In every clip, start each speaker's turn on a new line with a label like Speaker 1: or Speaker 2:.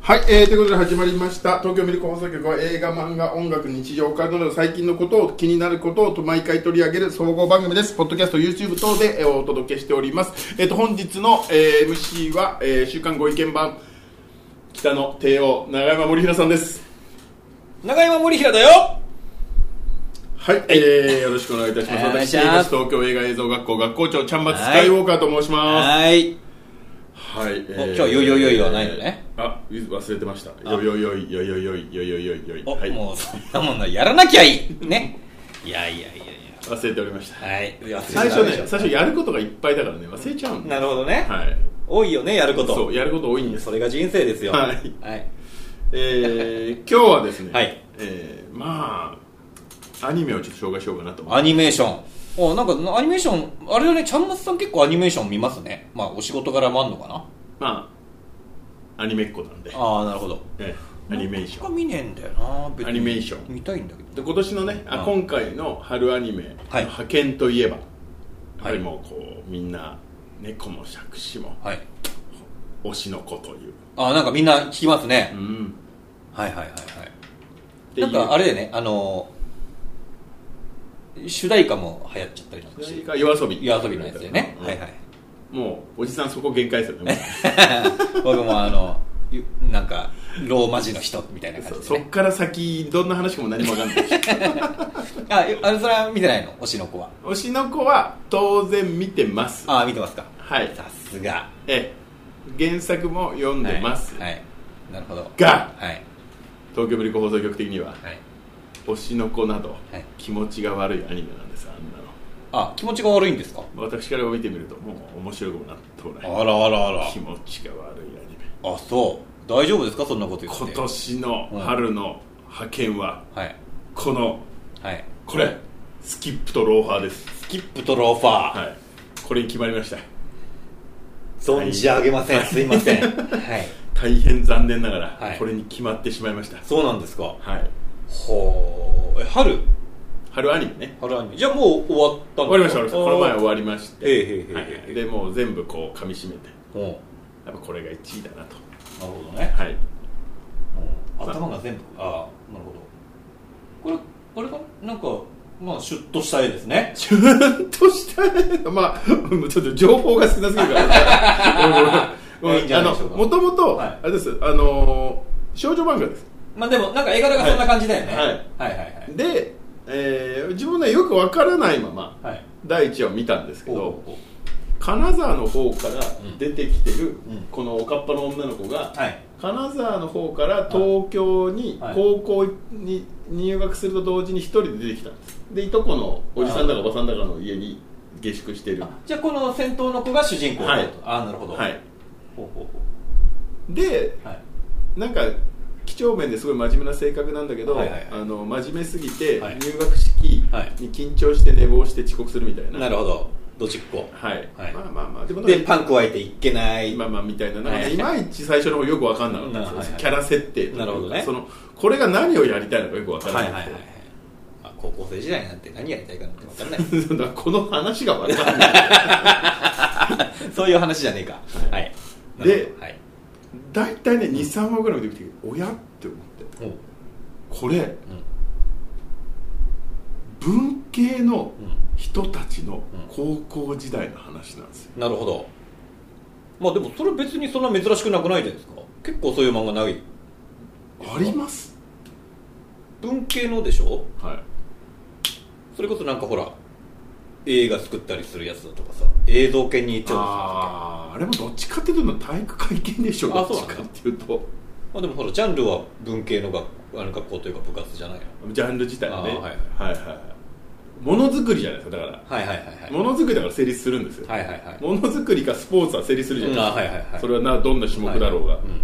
Speaker 1: はい、えー、ということで始まりました東京ミルク放送局は映画漫画音楽日常カルトなど最近のことを気になることを毎回取り上げる総合番組ですポッドキャスト YouTube 等でえーお届けしておりますえっ、と本日の、えー MC は、えー週刊ご意見版北野帝王永山森平さんです
Speaker 2: 長山森平だよ
Speaker 1: はい、えー、よろしくお願いいたします
Speaker 2: お願い
Speaker 1: 私
Speaker 2: します
Speaker 1: 東京映画映像学校学校長ちゃんまつス
Speaker 2: はい
Speaker 1: カイウォーカーと申します
Speaker 2: はい
Speaker 1: はい、え
Speaker 2: お今日よいよいよいよはないのね
Speaker 1: あ忘れてましたよいよいよいよいよいよいよいよいよいよい
Speaker 2: お、
Speaker 1: はい
Speaker 2: もうそんなもんなやらなきゃいいねいやいやいやい
Speaker 1: 忘れておりました
Speaker 2: やはいいや
Speaker 1: 最初ね
Speaker 2: そうでし
Speaker 1: 最初やることがいっぱいだからね忘れちゃう
Speaker 2: ょ
Speaker 1: んだ
Speaker 2: な
Speaker 1: よ
Speaker 2: るほどね、
Speaker 1: はい
Speaker 2: 多いよねやること
Speaker 1: そうやること多いんです
Speaker 2: それが人生ですよ
Speaker 1: はい
Speaker 2: はい、
Speaker 1: えー、今日はですね、
Speaker 2: はい
Speaker 1: えー、まあアニメをちょっと紹介しようかなと思って
Speaker 2: アニメーションおなんかアニメーションあれだねちゃんまつさん結構アニメーション見ますねまあお仕事柄もあんのかな
Speaker 1: まあアニメっ子なんで、
Speaker 2: ああなるほど
Speaker 1: えーアニメーショ
Speaker 2: 僕
Speaker 1: ン
Speaker 2: は見ねえんだよな別
Speaker 1: ア
Speaker 2: に
Speaker 1: ニメーション
Speaker 2: 見たいんだけど
Speaker 1: で今年のねあ
Speaker 2: うん
Speaker 1: 今回の春アニメ、
Speaker 2: はい
Speaker 1: 派遣といえばやっぱり
Speaker 2: はい
Speaker 1: もうこうみんな猫も杓子も
Speaker 2: はい
Speaker 1: 推しの子という、
Speaker 2: ああなんかみんな聞きますね
Speaker 1: う、ん、
Speaker 2: はいはいはいはい
Speaker 1: ってい
Speaker 2: な
Speaker 1: うん
Speaker 2: かあれだよねあのー主題歌も流行っちゃったりなんか
Speaker 1: そ
Speaker 2: し
Speaker 1: れ
Speaker 2: て
Speaker 1: が夜遊び
Speaker 2: 夜遊びのやつだよね、
Speaker 1: うん
Speaker 2: はいはい
Speaker 1: もうおじさんそこ限界ですよね
Speaker 2: 僕もあのゆなんかローマ字の人みたいな
Speaker 1: そ
Speaker 2: 感じ
Speaker 1: そ
Speaker 2: で、
Speaker 1: っ
Speaker 2: ね、
Speaker 1: から先どんな話かも何も分かんな い
Speaker 2: あゆあれそれは見てないの推しの子は
Speaker 1: 推しの子は当然見てます
Speaker 2: ああ見てますか
Speaker 1: はい
Speaker 2: さすが
Speaker 1: ええ原作も読んでます、
Speaker 2: はい、はい、なるほど
Speaker 1: が
Speaker 2: はい
Speaker 1: 東京ブリコ放送局的には
Speaker 2: はい
Speaker 1: 推しの子など、
Speaker 2: はい
Speaker 1: 気持ちが悪いアニメなんですあんなの
Speaker 2: あ気持ちが悪いんですか
Speaker 1: 私から見てみるともう面白くもなんともな
Speaker 2: あ
Speaker 1: い
Speaker 2: らあらあら
Speaker 1: 気持ちが悪いアニメ
Speaker 2: あそう大丈夫ですかそんなこと言って
Speaker 1: 今年の春の派遣は
Speaker 2: はい
Speaker 1: この
Speaker 2: はい
Speaker 1: これスキップとローファーです
Speaker 2: スキップとローファー、
Speaker 1: はいこれに決まりました
Speaker 2: 存じ上げません、すいま せんはい
Speaker 1: 大変残念ながら、
Speaker 2: はい
Speaker 1: これに決まってしまいました
Speaker 2: そうなんですか
Speaker 1: はい
Speaker 2: ほうえ春
Speaker 1: 春アニメね
Speaker 2: 春アニメじゃあもう終わった
Speaker 1: 終わりました終わりましたこの前
Speaker 2: は
Speaker 1: 終わりまして、
Speaker 2: ええええええ
Speaker 1: はいはいでもう全部こう噛み締めて
Speaker 2: うんなる
Speaker 1: やっぱこれが1位だなと
Speaker 2: ほどね
Speaker 1: はい
Speaker 2: うん頭が全部ああなるほどこれあれかななんかまあシュッとした絵ですね
Speaker 1: ちゃんとしたまあもうちょっと情報が少なすぎるから うんうん
Speaker 2: いいんじゃないでしょうか
Speaker 1: もともと
Speaker 2: はい
Speaker 1: あれですあのー少女漫画です
Speaker 2: まあでもなんか絵柄がそんな感じだよね、
Speaker 1: はい
Speaker 2: はい、はいはい
Speaker 1: で、えー自分ねよくわからないまま
Speaker 2: はい
Speaker 1: 第1話を見たんですけ
Speaker 2: お
Speaker 1: ど
Speaker 2: うおう
Speaker 1: 金沢の方から出てきてる
Speaker 2: うん
Speaker 1: このおかっぱの女の子が
Speaker 2: はい
Speaker 1: 金沢の方から東京に
Speaker 2: はい
Speaker 1: 高校に入学すると同時に一人で出てきたんですでいとこのおじさんだかおばさんだかの家に下宿してる
Speaker 2: あじゃあこの先頭の子が主人公だと、
Speaker 1: はい
Speaker 2: ああなるほど
Speaker 1: はい
Speaker 2: ほうほうほ
Speaker 1: で
Speaker 2: うはい
Speaker 1: なんか几帳面ですごい真面目な性格なんだけど、
Speaker 2: はいはいはい
Speaker 1: あの真面目すぎて
Speaker 2: はい
Speaker 1: 入学式
Speaker 2: はい
Speaker 1: に緊張して寝坊して遅刻するみたいな、
Speaker 2: なるほどどっちっこ
Speaker 1: はい、
Speaker 2: はい
Speaker 1: まあまあまあでもなん
Speaker 2: で
Speaker 1: か
Speaker 2: パン加えていけない
Speaker 1: まあまあみたいななんかね、
Speaker 2: はい
Speaker 1: い、まいち最初の方よくわかんなかったんですよ、
Speaker 2: なはいはい
Speaker 1: キャラ設定というか
Speaker 2: なるほどね
Speaker 1: そのこれが何をやりたいのかよくわか
Speaker 2: は
Speaker 1: ら
Speaker 2: い
Speaker 1: な
Speaker 2: は
Speaker 1: い、
Speaker 2: いはい はい、まあ、高校生時代なんて何やりたいかなんて分かんない
Speaker 1: だからこの話がわかんない
Speaker 2: そういう話じゃねえかはい
Speaker 1: で
Speaker 2: はい
Speaker 1: 大体ね23話ぐらいの時「おや?」って思って
Speaker 2: おう
Speaker 1: これ文系の人たちの高校時代の話なんですよ
Speaker 2: うん、なるほどまあでもそれ別にそんな珍しくなくないじゃないですか結構そういう漫画ない
Speaker 1: あります
Speaker 2: 文系のでしょ
Speaker 1: はい
Speaker 2: それこそなんかほら映画作ったりするやつだとかさ映像系に調査
Speaker 1: あーあれもどっちかっていうと体育会系でしょど
Speaker 2: あ
Speaker 1: っ
Speaker 2: そう
Speaker 1: ち
Speaker 2: なの
Speaker 1: かっていうと
Speaker 2: まあでもほらジャンルは文系の学あの学校というか部活じゃないの
Speaker 1: ジャンル自体はね、
Speaker 2: あーはい
Speaker 1: はいはいはいものづくりじゃないですかだから
Speaker 2: はいはいはいはい
Speaker 1: ものづくりだから成立するんですよ
Speaker 2: はいはいはい
Speaker 1: ものづくりかスポーツは成立するじゃないですか、
Speaker 2: うんあーはいはいはい
Speaker 1: それはなどんな種目だろうが、
Speaker 2: はいん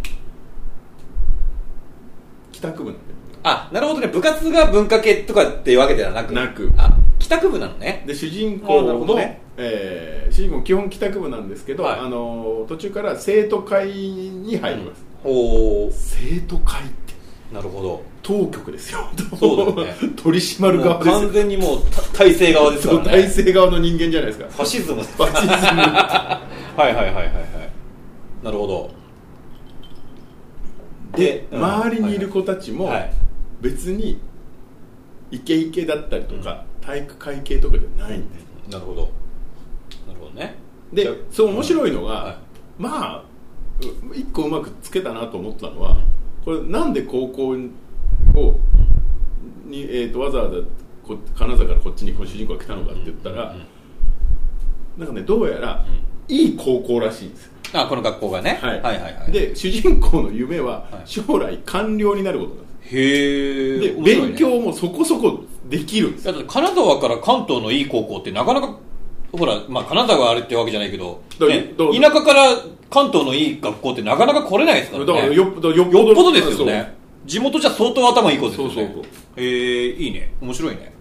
Speaker 1: 帰宅部なんで
Speaker 2: あなるほどね部活が文化系とかっていうわけではなく
Speaker 1: なく
Speaker 2: あ帰宅部なのね
Speaker 1: で主人
Speaker 2: あ
Speaker 1: 公
Speaker 2: ーなるほ
Speaker 1: の、
Speaker 2: どね
Speaker 1: えー主人公基本帰宅部なんですけど、
Speaker 2: はい
Speaker 1: あのー途中から生徒会に入ります、
Speaker 2: ほう
Speaker 1: 生徒会って
Speaker 2: なるほど
Speaker 1: 当局ですよ
Speaker 2: そうだよね
Speaker 1: 取り締まる
Speaker 2: も
Speaker 1: 側
Speaker 2: う
Speaker 1: です
Speaker 2: 完全にもうた体制側ですか
Speaker 1: そう
Speaker 2: らね
Speaker 1: 体制側の人間じゃないですか
Speaker 2: ファシズム
Speaker 1: ファシズム
Speaker 2: はいはいはいはいはいなるほど
Speaker 1: で、
Speaker 2: うん
Speaker 1: 周りにいる子たちも
Speaker 2: はい
Speaker 1: 別にイケイケだったりとか、体育会系とかじゃないんです
Speaker 2: なるほどなるほどね
Speaker 1: で
Speaker 2: じゃあ
Speaker 1: そう面白いのが、
Speaker 2: はい
Speaker 1: まあう一個うまくつけたなと思ったのはこれなんで高校をに、えー、とわざわざこ金沢からこっちにこう主人公が来たのかって言ったら、
Speaker 2: う
Speaker 1: な
Speaker 2: ん
Speaker 1: んかねどうやら、いい高校らしいんですよ
Speaker 2: あこの学校がね、
Speaker 1: はい
Speaker 2: はいはいはい
Speaker 1: で主人公の夢
Speaker 2: は
Speaker 1: はい将来官僚になることなんです
Speaker 2: へえ
Speaker 1: で、勉強もそこそこできるんです
Speaker 2: だって金沢から関東のいい高校ってなかなかほら、まあ、金沢があるってわけじゃないけど
Speaker 1: だから
Speaker 2: ね、
Speaker 1: どう
Speaker 2: 田舎から関東のいい学校ってなかなか来れないですか
Speaker 1: だ
Speaker 2: ら
Speaker 1: か
Speaker 2: ね
Speaker 1: ら
Speaker 2: よ
Speaker 1: よ
Speaker 2: っ
Speaker 1: っぽどよっ
Speaker 2: ぽどですよね地元じゃ相当頭いい子ですよね
Speaker 1: そうそうそう
Speaker 2: えー、いいね面白いね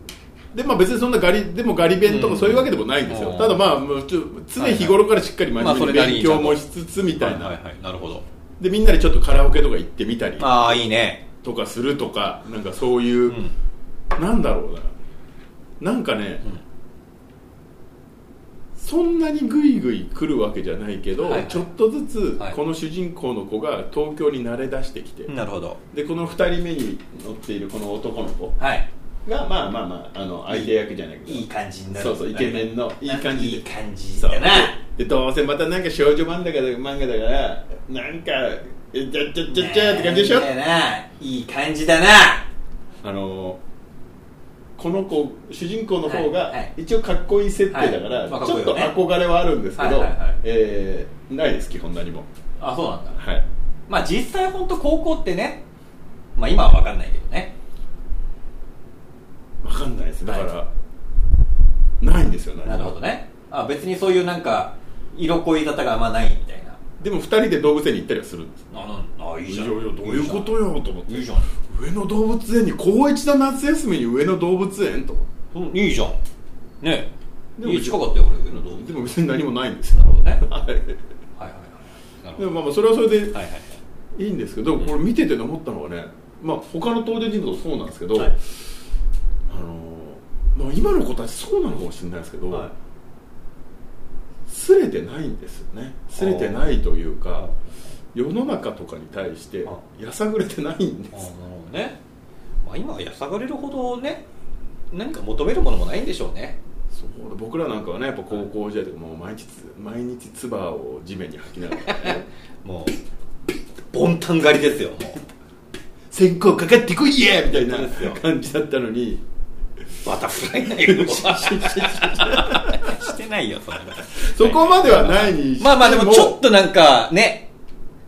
Speaker 1: でまあ別にそんなガリでもガリ弁と
Speaker 2: う
Speaker 1: か
Speaker 2: ん
Speaker 1: そういうわけでもないんですよ、
Speaker 2: うん
Speaker 1: ただまあもうちょ常日頃からしっかり真面目に
Speaker 2: はいはい
Speaker 1: 勉強もしつつみたい
Speaker 2: はい
Speaker 1: な
Speaker 2: はいはいなるほど
Speaker 1: でみんなでちょっとカラオケとか行ってみたり
Speaker 2: ああいいね
Speaker 1: とかするとかなんかそういうう、
Speaker 2: ん
Speaker 1: なんだろうななんかね、
Speaker 2: うん
Speaker 1: そんなにグイグイ来るわけじゃないけど、
Speaker 2: はいはい
Speaker 1: ちょっとずつ
Speaker 2: はい
Speaker 1: この主人公の子が東京に慣れ出してきて、
Speaker 2: なるほど
Speaker 1: でこの2人目に乗っているこの男の子
Speaker 2: はい
Speaker 1: がまあまあまああの相手役じゃないけど
Speaker 2: いい感じになる
Speaker 1: そうそうイケメンのいい感じで
Speaker 2: いい感じ
Speaker 1: そう
Speaker 2: だな
Speaker 1: でどうせまたなんか少女漫画だから漫画だからなんかえちゃちゃちゃちゃって感じでしょ
Speaker 2: なんだよないい感じだな
Speaker 1: あのーこの子主人公の方
Speaker 2: はい
Speaker 1: が
Speaker 2: はい
Speaker 1: 一応かっこいい設定だから、
Speaker 2: はいまあかっ
Speaker 1: ち
Speaker 2: こ
Speaker 1: ょ
Speaker 2: い
Speaker 1: っ
Speaker 2: いよ
Speaker 1: と
Speaker 2: ね
Speaker 1: 憧れはあるんですけど、
Speaker 2: はいはいはい
Speaker 1: えーないです基本何も
Speaker 2: あそうなんだ
Speaker 1: はい
Speaker 2: まあ実際本当高校ってねまあ今は分かんないけどね
Speaker 1: 分かんないですだから、
Speaker 2: は
Speaker 1: ないんですよ何も
Speaker 2: なるほどねあ別にそういうなんか色恋沙汰があんまないみたいな
Speaker 1: でも2人で動物園に行ったりはするんです
Speaker 2: あなんあいいじゃん
Speaker 1: いやいやどういうことよと思って
Speaker 2: いいじゃん
Speaker 1: 上野動物園に高一の夏休みに上野動物園と思って
Speaker 2: うんいいじゃんね
Speaker 1: でも
Speaker 2: いい近かったよ俺上の動物
Speaker 1: でも別に何もないんですよ
Speaker 2: なるほどね
Speaker 1: はい
Speaker 2: はいはいはいなるほ
Speaker 1: で
Speaker 2: ど
Speaker 1: もまあまあそれはそれで
Speaker 2: はいはいはい
Speaker 1: いいんですけど、これ見てて思ったのはね、まあ、他の登場人物もそうなんですけど、
Speaker 2: はい
Speaker 1: あのーまあ、今の子たちそうなのかもしれないですけど、
Speaker 2: はい
Speaker 1: すれてないんですよねすれてないという
Speaker 2: あ
Speaker 1: か世の中とかに対して
Speaker 2: あ
Speaker 1: やさぐれてないんで
Speaker 2: あなる
Speaker 1: す
Speaker 2: ほどね、まあ、今はやさがれるほどね何か求めるものもないんでしょうね
Speaker 1: そう僕らなんかはねやっぱ高校時代とかもう毎日つ毎日唾を地面に吐きながらね
Speaker 2: もうボンタン狩りですよもう
Speaker 1: 先行かかってこいやみたいな
Speaker 2: そうですよ
Speaker 1: 感じだったの に
Speaker 2: バタフライなよしてないよそんなこと
Speaker 1: そこまではないにして
Speaker 2: まあまあでもちょっとなんかね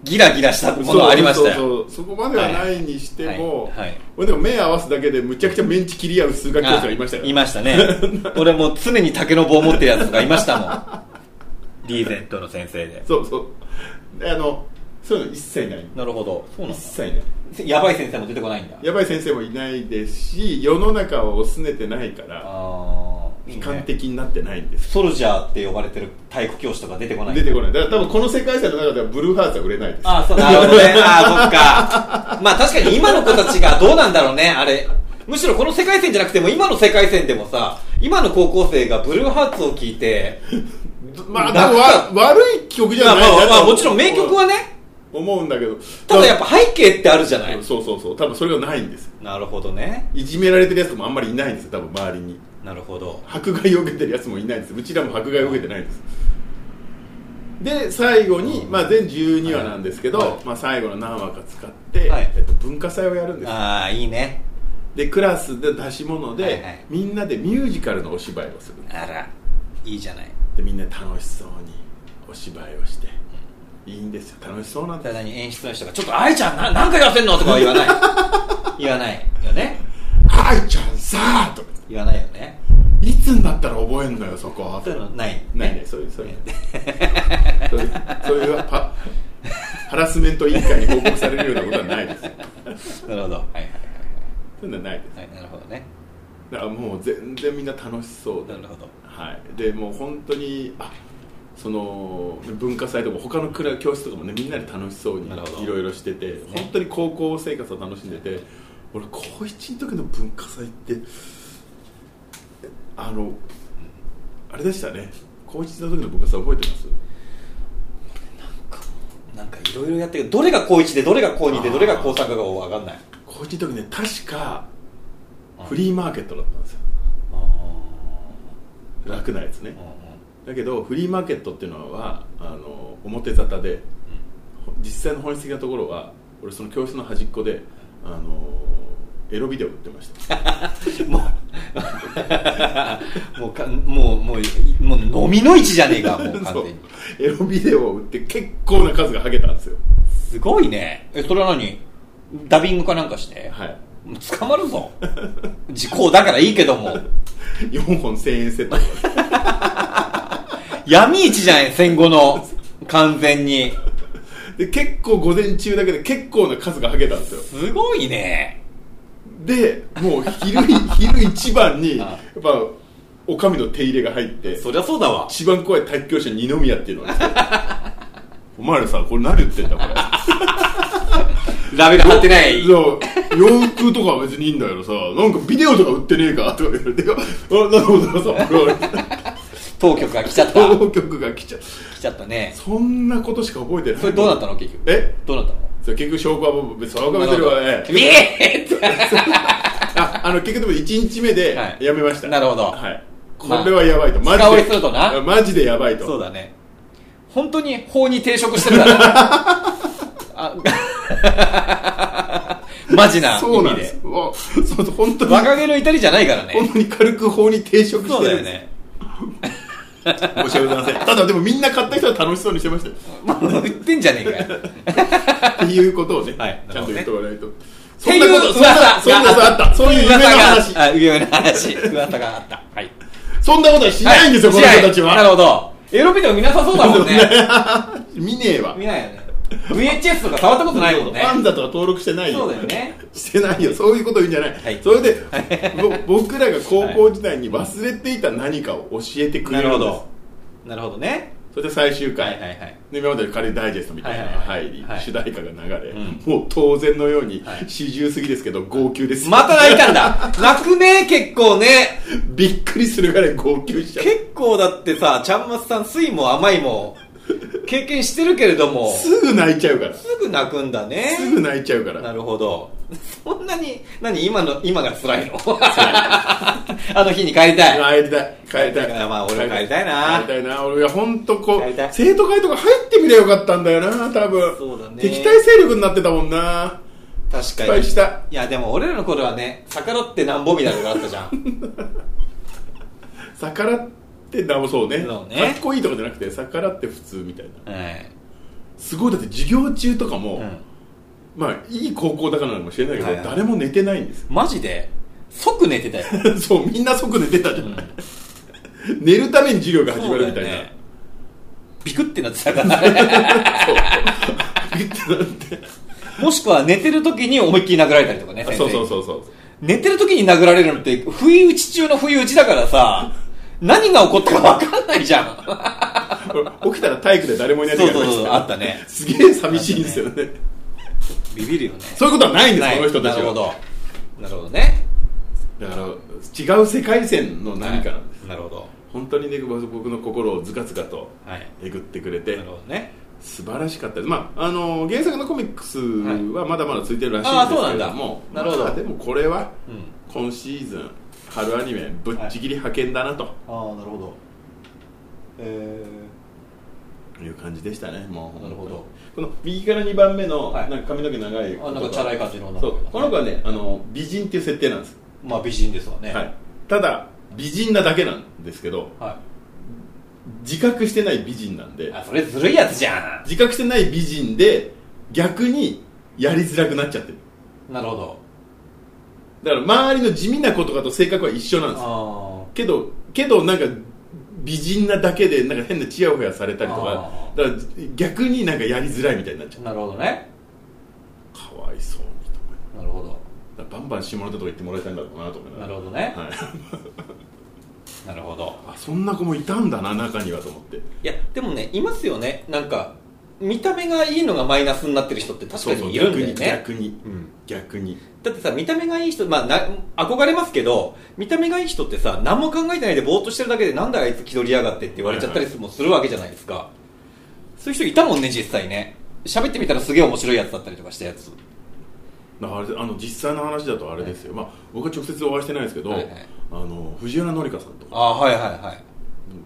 Speaker 2: ギラギラしたものはありましたよ
Speaker 1: そうそうそうそこまではないにしても、
Speaker 2: はいはい
Speaker 1: 俺でも目合わすだけでむちゃくちゃメンチ切り合う数学教師がいましたよ
Speaker 2: あいました ね俺もう常に竹の棒持ってるやつとかいましたもんリーゼントの先生で
Speaker 1: そうそうであのそういうの一切ない
Speaker 2: なるほどそうな
Speaker 1: 一
Speaker 2: ん
Speaker 1: 切ない
Speaker 2: だやばい先生も出てこないんだ
Speaker 1: やばい先生もいないですし世の中をすねてないから
Speaker 2: ああいい
Speaker 1: 悲
Speaker 2: ね
Speaker 1: 観的になってないんです
Speaker 2: ソルジャーって呼ばれてる体育教師とか出てこない
Speaker 1: 出てこないだから多分この世界線の中ではブルーハーツは売れないです
Speaker 2: ああそうなるほどねああそっか まあ確かに今の子たちがどうなんだろうねあれむしろこの世界線じゃなくても今の世界線でもさ今の高校生がブルーハーツを聞いて
Speaker 1: まあ
Speaker 2: な
Speaker 1: 多
Speaker 2: んか
Speaker 1: 分わ悪い曲じ
Speaker 2: ま
Speaker 1: ゃ
Speaker 2: あ
Speaker 1: ないな
Speaker 2: ま
Speaker 1: と
Speaker 2: あまあもちろん名曲はね
Speaker 1: 思うんだけど
Speaker 2: ただやっぱ背景ってあるじゃない
Speaker 1: そうそうそう多分それがないんです
Speaker 2: なるほどね
Speaker 1: いじめられてるやつとかもあんまりいないんですよ多分周りに
Speaker 2: なるほど
Speaker 1: 迫害を受けてるやつもいないんですうちらも迫害を受けてないんですで最後に、まあ、全12話なんですけど、
Speaker 2: はい
Speaker 1: まあ、最後の何話か使って、
Speaker 2: はい
Speaker 1: えっと、文化祭をやるんです
Speaker 2: ああいいね
Speaker 1: でクラスで出し物で、
Speaker 2: はいはい
Speaker 1: みんなでミュージカルのお芝居をする
Speaker 2: あらいいじゃない
Speaker 1: でみんな楽しそうにお芝居をしていいんですよ楽しそうなんです
Speaker 2: 体に演出の人が「ちょっと愛ちゃんな何回やらせんの?」とかは言わない言わないよね
Speaker 1: 愛ちゃんさーとか
Speaker 2: 言わないよね
Speaker 1: いつになったら覚えんのよそこ
Speaker 2: そういうのない
Speaker 1: ないねそういうそういう そういうそういうパハラスメント委員会に報告されるようなことはないです
Speaker 2: なるほどはいはい
Speaker 1: そういうのはないです
Speaker 2: はいはいなるほどね
Speaker 1: だからもう全然みんな楽しそうで
Speaker 2: なるほど
Speaker 1: はい、でもう本当にあその文化祭とか他のクラ教室とかもねみんなで楽しそうに
Speaker 2: なるほど
Speaker 1: いろいろしてて本当に高校生活を楽しんでて俺高1の時の文化祭ってあのあれでしたね高1の時の文化祭覚えてます
Speaker 2: なんかもうなんかいいろいろやってるけどどれが高1でどれが高2でどれが高3かが分かんない
Speaker 1: 高一の時ね確かフリーマーケットだったんですよ
Speaker 2: あ
Speaker 1: 楽なやつね
Speaker 2: ーうんうん
Speaker 1: だけどフリーマーケットっていうのはあの表沙汰でほ実際の本質的なところは俺その教室の端っこであのエロビデオ売ってました
Speaker 2: もうもうかもうもうもう飲みの市じゃねえかもう完
Speaker 1: そう
Speaker 2: 全に
Speaker 1: エロビデオを売って結構な数がはげたんですよ
Speaker 2: すごいねえそれは何ダビングかなんかして、
Speaker 1: はい
Speaker 2: もう捕まるぞ時効だからいいけども
Speaker 1: 4本1000円セットとか
Speaker 2: 闇市じゃん戦後の完全に
Speaker 1: で結構午前中だけで結構な数がはげたんですよ
Speaker 2: すごいね
Speaker 1: でもう昼い昼一番に
Speaker 2: ああ
Speaker 1: やっぱお上の手入れが入って
Speaker 2: そりゃそうだわ
Speaker 1: 一番怖い卓球者二宮っていうのが来て お前らさこれ何言ってんだこれ
Speaker 2: ラベル貼ってない
Speaker 1: じゃあ洋服とかは別にいいんだけどさなんかビデオとか売ってねえかとか言われて あなるほどなさ俺は
Speaker 2: 当局が来ちゃった来
Speaker 1: 当局が来ちゃう
Speaker 2: ちゃったね
Speaker 1: そんなことしか覚えてない
Speaker 2: それどうなったの結局
Speaker 1: え
Speaker 2: どうなったの
Speaker 1: それ結局証拠はもう別に証拠は別にはね
Speaker 2: ビーッ
Speaker 1: ああの結局でも1日目で
Speaker 2: はい
Speaker 1: やめました、
Speaker 2: なるほど
Speaker 1: はいこれはやばいと
Speaker 2: まあ
Speaker 1: マジ
Speaker 2: 深追いするとな
Speaker 1: でマジでやばいと
Speaker 2: そうだね本当に法に抵触してるだ なあ マジな意
Speaker 1: そうなん
Speaker 2: 味
Speaker 1: で
Speaker 2: です
Speaker 1: わそうそう本当に
Speaker 2: 若気の至りじゃないから
Speaker 1: 本
Speaker 2: ね
Speaker 1: 当に軽く法に抵触し
Speaker 2: そう
Speaker 1: て
Speaker 2: だ
Speaker 1: る
Speaker 2: よね
Speaker 1: 申し訳ございませんただでもみんな買った人は楽しそうにしてましたよ
Speaker 2: もう売ってんじゃねえかよ
Speaker 1: っていうことをね、
Speaker 2: はい
Speaker 1: ちゃんと言っておかないと。
Speaker 2: っ
Speaker 1: そ
Speaker 2: て
Speaker 1: ん
Speaker 2: い
Speaker 1: なこ
Speaker 2: う
Speaker 1: と、そんな、
Speaker 2: 噂
Speaker 1: そんなことあった。そういう夢の話
Speaker 2: 噂。があ夢の話噂があったはい
Speaker 1: そんなことはしないんですよ、
Speaker 2: は
Speaker 1: この人たち
Speaker 2: しないな
Speaker 1: は。
Speaker 2: るほどエロビデオ見なさそうだもんね
Speaker 1: 見ねえわ。
Speaker 2: 見ないよね VHS とか触ったことないもんね
Speaker 1: ファンだとは登録してないよ。
Speaker 2: そうだよね
Speaker 1: してないよ。そういうこと言うんじゃない。
Speaker 2: はい
Speaker 1: それで、ぼ僕らが高校時代に忘れていた何かを教えてく
Speaker 2: な
Speaker 1: れ
Speaker 2: る
Speaker 1: る
Speaker 2: ほ
Speaker 1: んです。
Speaker 2: どなるほどね
Speaker 1: それで最終
Speaker 2: は
Speaker 1: 回。
Speaker 2: いはいはい
Speaker 1: で今までのカレーダイジェストみたいなのが入り、
Speaker 2: はいはいはい
Speaker 1: 主題歌が流れ、
Speaker 2: うん
Speaker 1: もう当然のように、
Speaker 2: はい
Speaker 1: 四十過ぎですけど、号泣です。
Speaker 2: また泣いたんだ泣くね結構ね
Speaker 1: びっくりするぐらい号泣しちゃう。
Speaker 2: 結構だってさちゃんまつさん酸いも甘いも経験してるけれどもす
Speaker 1: すぐ泣いちゃうから。す
Speaker 2: ぐ泣くんだね
Speaker 1: ぐ泣いちゃうから。
Speaker 2: なるほどそんなに何今の今が辛いの あの日に帰りたい
Speaker 1: 帰りたい帰り
Speaker 2: だ
Speaker 1: た
Speaker 2: か
Speaker 1: い
Speaker 2: らまあ俺も帰りたいな
Speaker 1: 帰りたいな俺は本当こ
Speaker 2: 帰りたいう
Speaker 1: 生徒会とか入ってみればよかったんだよな多分
Speaker 2: そうだね
Speaker 1: 敵対勢力になってたもんな
Speaker 2: 確
Speaker 1: 失
Speaker 2: かに
Speaker 1: 敗した
Speaker 2: いやでも俺らの頃はね逆らってなんぼみたいなのがあったじゃん
Speaker 1: 逆らってなもそうね
Speaker 2: そうね
Speaker 1: かっこいいとかじゃなくて逆らって普通みたいな
Speaker 2: はい
Speaker 1: すごいだって授業中とかも、
Speaker 2: うん
Speaker 1: まあいい高校だからなのかもしれないけど、
Speaker 2: はいはい
Speaker 1: 誰も寝てないんです
Speaker 2: マジで即寝てたよ、
Speaker 1: そうみんな即寝てたじゃ、
Speaker 2: うんん
Speaker 1: 寝るために授業が始まるみたいな
Speaker 2: そうだよねビクってなってたから ね
Speaker 1: ビクッてなって
Speaker 2: もしくは寝てる時に思いっきり殴られたりとかね
Speaker 1: あ
Speaker 2: 先生
Speaker 1: そう
Speaker 2: に
Speaker 1: そうそうそう
Speaker 2: 寝てる時に殴られるのって不意打ち中の不意打ちだからさ何が起こったか分かんないじ ゃん
Speaker 1: 起きたら体育で誰もいない時
Speaker 2: そう
Speaker 1: あり
Speaker 2: そ
Speaker 1: ま
Speaker 2: う
Speaker 1: した
Speaker 2: そうあったね
Speaker 1: すげえ寂しいんですよね
Speaker 2: ビビるよね
Speaker 1: そういうことはないんです
Speaker 2: ない
Speaker 1: この人たち
Speaker 2: なるほ
Speaker 1: は
Speaker 2: どなるほどね
Speaker 1: だから違う世界線の何かなんです、
Speaker 2: はいなるほど
Speaker 1: 本当にね僕の心をずかずかと
Speaker 2: はい
Speaker 1: えぐってくれて
Speaker 2: なるほどね
Speaker 1: 素晴らしかったです、まあ、あの原作のコミックスはまだまだ続いてるらしい
Speaker 2: あー
Speaker 1: んですけれども
Speaker 2: そうなんだなるほど
Speaker 1: まあでもこれは
Speaker 2: うん
Speaker 1: 今シーズン春アニメぶっちぎり派遣だなと
Speaker 2: ああなるほどえ
Speaker 1: いう感じでしたねもう
Speaker 2: なるほど
Speaker 1: この右から2番目の
Speaker 2: は
Speaker 1: ないんか髪の毛長い
Speaker 2: ー、あなんかチャラい感じの女
Speaker 1: そ
Speaker 2: の
Speaker 1: う
Speaker 2: 子
Speaker 1: この子はねあの美人っていう設定なんです
Speaker 2: まあ美人ですわね
Speaker 1: はい、ただ美人なだけなんですけど
Speaker 2: は
Speaker 1: 自覚してない美人なん
Speaker 2: い
Speaker 1: で
Speaker 2: あそれずるいやつじゃ
Speaker 1: 自覚してない美人で逆にやりづらくなっちゃってる
Speaker 2: んなるほど
Speaker 1: だから周りの地味な子とかと性格は一緒なんです
Speaker 2: あ
Speaker 1: けどけどなんか美人なだけでなんか変なチヤホヤされたりとか
Speaker 2: あ
Speaker 1: だから逆になんかやりづらいみたいになっちゃ
Speaker 2: あなるほどね
Speaker 1: うかわいそうにと思いな
Speaker 2: なるほど
Speaker 1: がらだからバンバン下ネタとか言ってもらいたいんだろうなと思いなが
Speaker 2: な
Speaker 1: ら
Speaker 2: るほどね、
Speaker 1: はい、
Speaker 2: なるほど
Speaker 1: あそんな子もいたんだな中にはと思って
Speaker 2: いやでもねいますよねなんか見た目がいいのがマイナスになってる人って確かにいるんだよね
Speaker 1: 逆に
Speaker 2: うん
Speaker 1: 逆に逆に
Speaker 2: だってさ見た目がいい人、まあ、な憧れますけど見た目がいい人ってさ何も考えてないでぼーっとしてるだけでなんであいつ気取りやがってって言われちゃったりすもするわけじゃないですか、そういう人いたもんね実際ね喋ってみたらすげえ面白いやつだったりとかしたやつ
Speaker 1: だからあれあの実際の話だとあれですよ、まあ、僕は直接お会いしてないですけど、
Speaker 2: はいはい
Speaker 1: あの藤原紀香さんとか
Speaker 2: あはいはいは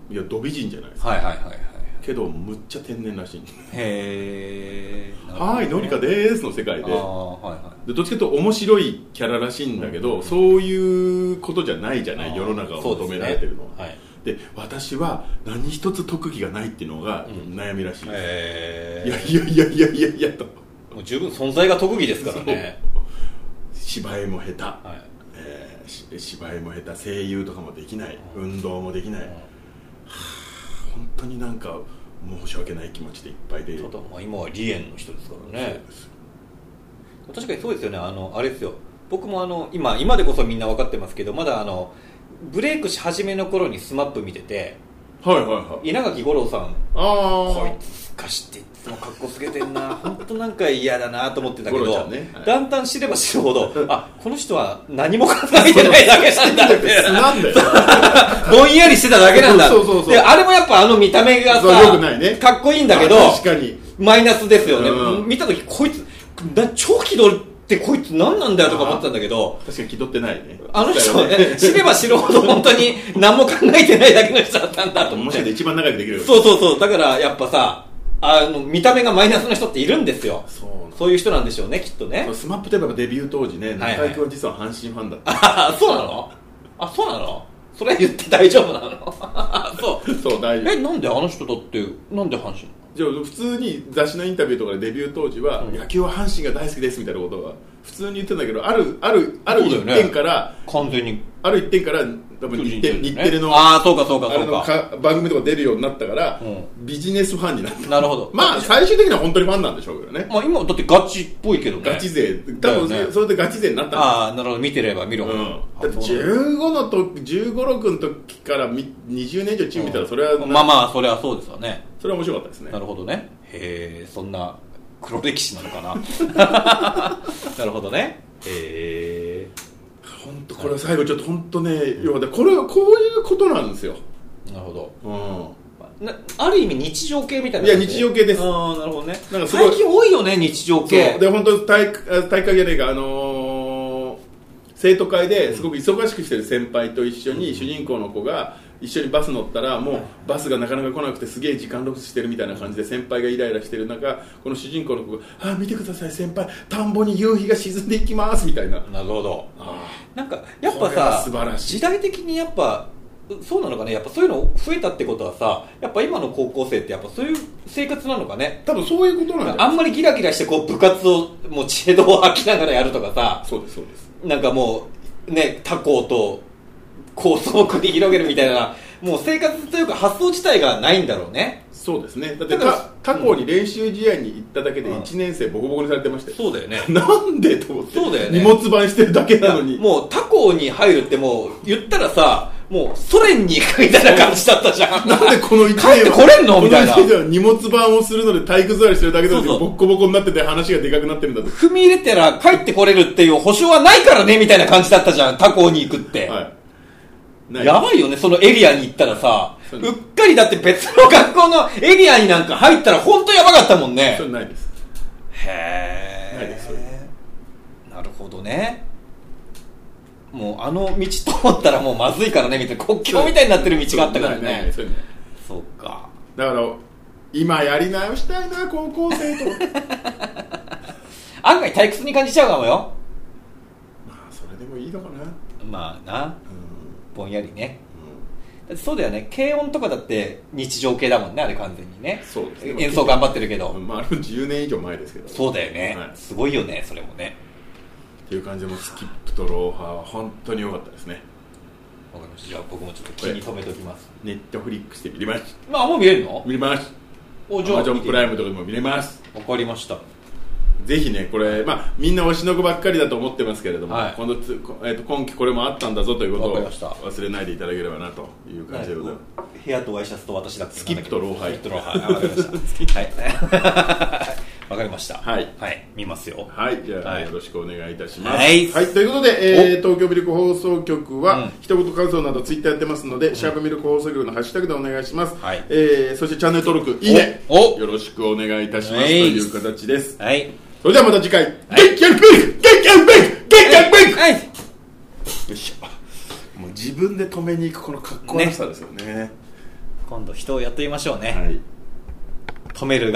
Speaker 2: い
Speaker 1: いやド美人じゃないですか
Speaker 2: はいはいはいはい
Speaker 1: けどむっちゃ天然らしいんで
Speaker 2: へえ
Speaker 1: 「はい紀香でーす」の世界
Speaker 2: あ
Speaker 1: で
Speaker 2: ーはいは
Speaker 1: でどっちかというと面白いキャラらしいんだけど、そういうことじゃないじゃない
Speaker 2: あー
Speaker 1: 世の中を
Speaker 2: そうで
Speaker 1: 求
Speaker 2: すね
Speaker 1: められてるのは
Speaker 2: はい
Speaker 1: で私は何一つ特技がないっていうのが悩みらしい
Speaker 2: い
Speaker 1: です、
Speaker 2: へ
Speaker 1: いや
Speaker 2: え
Speaker 1: いやいやいやいやいやと
Speaker 2: もう十分存在が特技ですからね
Speaker 1: 芝居も下手、
Speaker 2: はい
Speaker 1: えーし芝居も下手声優とかもできない、運動もできない、はあ本当になんか申し訳ない気持ちでいっぱいで
Speaker 2: ただまあ今はリエンの人ですから
Speaker 1: そう
Speaker 2: ね
Speaker 1: です
Speaker 2: 確かにそうですよねあのあれですよ僕もあの今今でこそみんな分かってますけどまだあのブレイクし始めの頃に SMAP 見てて
Speaker 1: はいはいはい
Speaker 2: 稲垣吾郎さんこい
Speaker 1: あ
Speaker 2: つすかしていつも格好つけてんな 本当なんか嫌だなと思ってたけ
Speaker 1: ゴロち
Speaker 2: ど、
Speaker 1: ゃんねはい
Speaker 2: だんだん知れば知る ほどあこの人は何も考えてないだけなんだ って
Speaker 1: あなんだよ
Speaker 2: ぼんやりしてただけなんだ
Speaker 1: そうそうそう
Speaker 2: であれもやっぱあの見た目が
Speaker 1: そう
Speaker 2: さ
Speaker 1: 良くないね
Speaker 2: かっこいいんだけど
Speaker 1: あ確かに
Speaker 2: マイナスですよね、
Speaker 1: うん
Speaker 2: 見た時こいつな超気取ってこいつ何なんだよとか思ってたんだけど
Speaker 1: 確かに気取ってないね
Speaker 2: あの人は
Speaker 1: だよ
Speaker 2: ね知れば知るほど本当に何も考えてないだけの人だったんだと思
Speaker 1: も
Speaker 2: っ
Speaker 1: しかして
Speaker 2: て
Speaker 1: 一番仲良くできる
Speaker 2: そうそうそうだからやっぱさあの見た目がマイナスの人っているんですよ
Speaker 1: そうなんだ
Speaker 2: そういう人なんでしょうねきっとね
Speaker 1: スマップといえばデビュー当時ね
Speaker 2: はいはい
Speaker 1: 中居君は実は阪神ファンだった、
Speaker 2: あそうなのあそうなのそれ言って大丈夫なの そう
Speaker 1: そう大丈
Speaker 2: え
Speaker 1: 夫
Speaker 2: なんであの人だってなんで阪神
Speaker 1: じゃあ普通に雑誌のインタビューとかでデビュー当時は、
Speaker 2: うん
Speaker 1: 野球は阪神が大好きですみたいなことが普通に言ってんだけどあるあるある
Speaker 2: そう
Speaker 1: 一
Speaker 2: だよね
Speaker 1: 点から、
Speaker 2: 完全に
Speaker 1: ある一点から多分日テ
Speaker 2: 巨人
Speaker 1: 日テレのあ
Speaker 2: ああそうかそうかそ
Speaker 1: れ
Speaker 2: う
Speaker 1: の
Speaker 2: か
Speaker 1: か番組とか出るようになったから、
Speaker 2: う
Speaker 1: ビジネスファンになった
Speaker 2: なるほど
Speaker 1: まあ最終的には本当にファンなんでしょうけどね
Speaker 2: まあ今だってガチっぽいけどね
Speaker 1: ガチ勢多分そ
Speaker 2: だ
Speaker 1: れ,、
Speaker 2: よね
Speaker 1: それでガチ勢になったんだ
Speaker 2: ああなるほど見てれば見るほど、
Speaker 1: うん、だって
Speaker 2: あそうなんだ
Speaker 1: 15のと15、6の時からみ20年以上チーム見たらそれは、
Speaker 2: まあまあそれはそうですわね
Speaker 1: それは面白かったですね
Speaker 2: なるほどねへえそんな黒歴史なのかな なるほどねへえ
Speaker 1: 本当これは最後ちょっと本当ね要はだからこれはこういうことなんですよ、
Speaker 2: なるほど
Speaker 1: うん、
Speaker 2: なある意味日常系みたいない
Speaker 1: や日常系です
Speaker 2: ああなるほどね
Speaker 1: なんかすごい
Speaker 2: 最近多いよね日常系
Speaker 1: そうで本当体育あ体育会じゃねえかあのー生徒会ですごく忙しくしてる先輩と一緒に、主人公の子が一緒にバス乗ったらもうバスがなかなか来なくてすげえ時間ロスしてるみたいな感じで先輩がイライラしてる中この主人公の子が「あー見てください先輩田んぼに夕日が沈んでいきます」みたいな
Speaker 2: なるほど
Speaker 1: あ
Speaker 2: なんかやっ
Speaker 1: こ
Speaker 2: ぱ
Speaker 1: れは
Speaker 2: さ
Speaker 1: 素晴らしい
Speaker 2: 時代的にやっぱそうなのかねやっぱそういうの増えたってことはさやっぱ今の高校生ってやっぱそういう生活なのかね
Speaker 1: ー多分そういうことなんじゃな
Speaker 2: あ
Speaker 1: い
Speaker 2: んまりギラギラしてこう部活をもう知恵度を吐きながらやるとかさ
Speaker 1: そうですそうです
Speaker 2: なんかもうね他校と構想を繰り広げるみたいなもう生活というか発想自体がないんだろうね
Speaker 1: そうですねだって
Speaker 2: だから
Speaker 1: か他校に練習試合に行っただけで
Speaker 2: うん
Speaker 1: 1年生ボコボコにされてましたよ、
Speaker 2: そうだよね
Speaker 1: なんでと思って
Speaker 2: そうだよね
Speaker 1: 荷物番してるだけなのに
Speaker 2: もう他校に入るってもう言ったらさもうソ連に行くみたいな感じだったじゃん
Speaker 1: なんでこの1年
Speaker 2: 帰ってこれんのみたいな
Speaker 1: この1年は荷物番をするので体育座りしてるだけなのに
Speaker 2: そうそう
Speaker 1: ボッコボコになってて話がでかくなってるんだと。
Speaker 2: 踏み入れたら帰ってこれるっていう保証はないからねみたいな感じだったじゃん他校に行くって、
Speaker 1: はい。ない
Speaker 2: やばいよねそのエリアに行ったらさう
Speaker 1: そう
Speaker 2: っかりだって別の学校のエリアになんか入ったら本当やばかったもんね
Speaker 1: それないです。
Speaker 2: へ
Speaker 1: ないですそうです
Speaker 2: えなるほどねもうあの道通ったらもうまずいからねみたいな国境みたいになってる道があったから
Speaker 1: ないないな
Speaker 2: ね
Speaker 1: いそれない
Speaker 2: そうか
Speaker 1: だから、今やり直したいな、高校生と。
Speaker 2: 案外退屈に感じちゃうかもよ
Speaker 1: まあ、それでもいいのかな。うん。
Speaker 2: まあなぼんやりねだってそうだよね軽音とかだって日常系だもんねあれ完全にね
Speaker 1: そうですね
Speaker 2: 演奏頑張ってるけど、
Speaker 1: うんまあ、あれも10年以上前ですけど。
Speaker 2: そうだよね、
Speaker 1: はい
Speaker 2: すごいよねそれもね
Speaker 1: っていう感じで、もうスキップとローハーは本当に良かったですね。
Speaker 2: わかりましたじゃあ僕もちょっと気に留めておきます
Speaker 1: ネットフリックスで見れます。
Speaker 2: まあもう見れるの
Speaker 1: 見れます。
Speaker 2: お
Speaker 1: アマゾ
Speaker 2: 見
Speaker 1: ン
Speaker 2: て
Speaker 1: プライムとかでも見れます。
Speaker 2: わかりました
Speaker 1: ぜひね、これ、まあ、みんな推しの子ばっかりだと思ってますけれども、
Speaker 2: はい
Speaker 1: 今度つ、こえーと今期これもあったんだぞということ
Speaker 2: わか
Speaker 1: を
Speaker 2: りました
Speaker 1: 忘れないでいただければなという感じでございます。
Speaker 2: 部屋とワイシャツと私だけ
Speaker 1: スキップとローハイ
Speaker 2: スキップとローハイあわかりましたはい わかりました。
Speaker 1: はい
Speaker 2: はい、見ますよ。
Speaker 1: はい、じゃあ、
Speaker 2: はい
Speaker 1: よろしくお願いいたします。
Speaker 2: はい
Speaker 1: ということで、えー、東京ミルク放送局は、
Speaker 2: うん
Speaker 1: 一言感想などツイッターやってますので、シャープミルク放送局のハッシュタグでお願いします。
Speaker 2: はい
Speaker 1: えー、そしてチャンネル登録、いいね
Speaker 2: おお
Speaker 1: よろしくお願いいたします、
Speaker 2: はい
Speaker 1: という形です。
Speaker 2: はい。
Speaker 1: それではまた次回、
Speaker 2: い
Speaker 1: 元気よくビッグ元気よくビッグ元気よくビッグ
Speaker 2: はい
Speaker 1: よいしょ。もう自分で止めに行くこのかっこよさですよね。
Speaker 2: 今度人を雇いましょうね。
Speaker 1: はい。
Speaker 2: 止めるが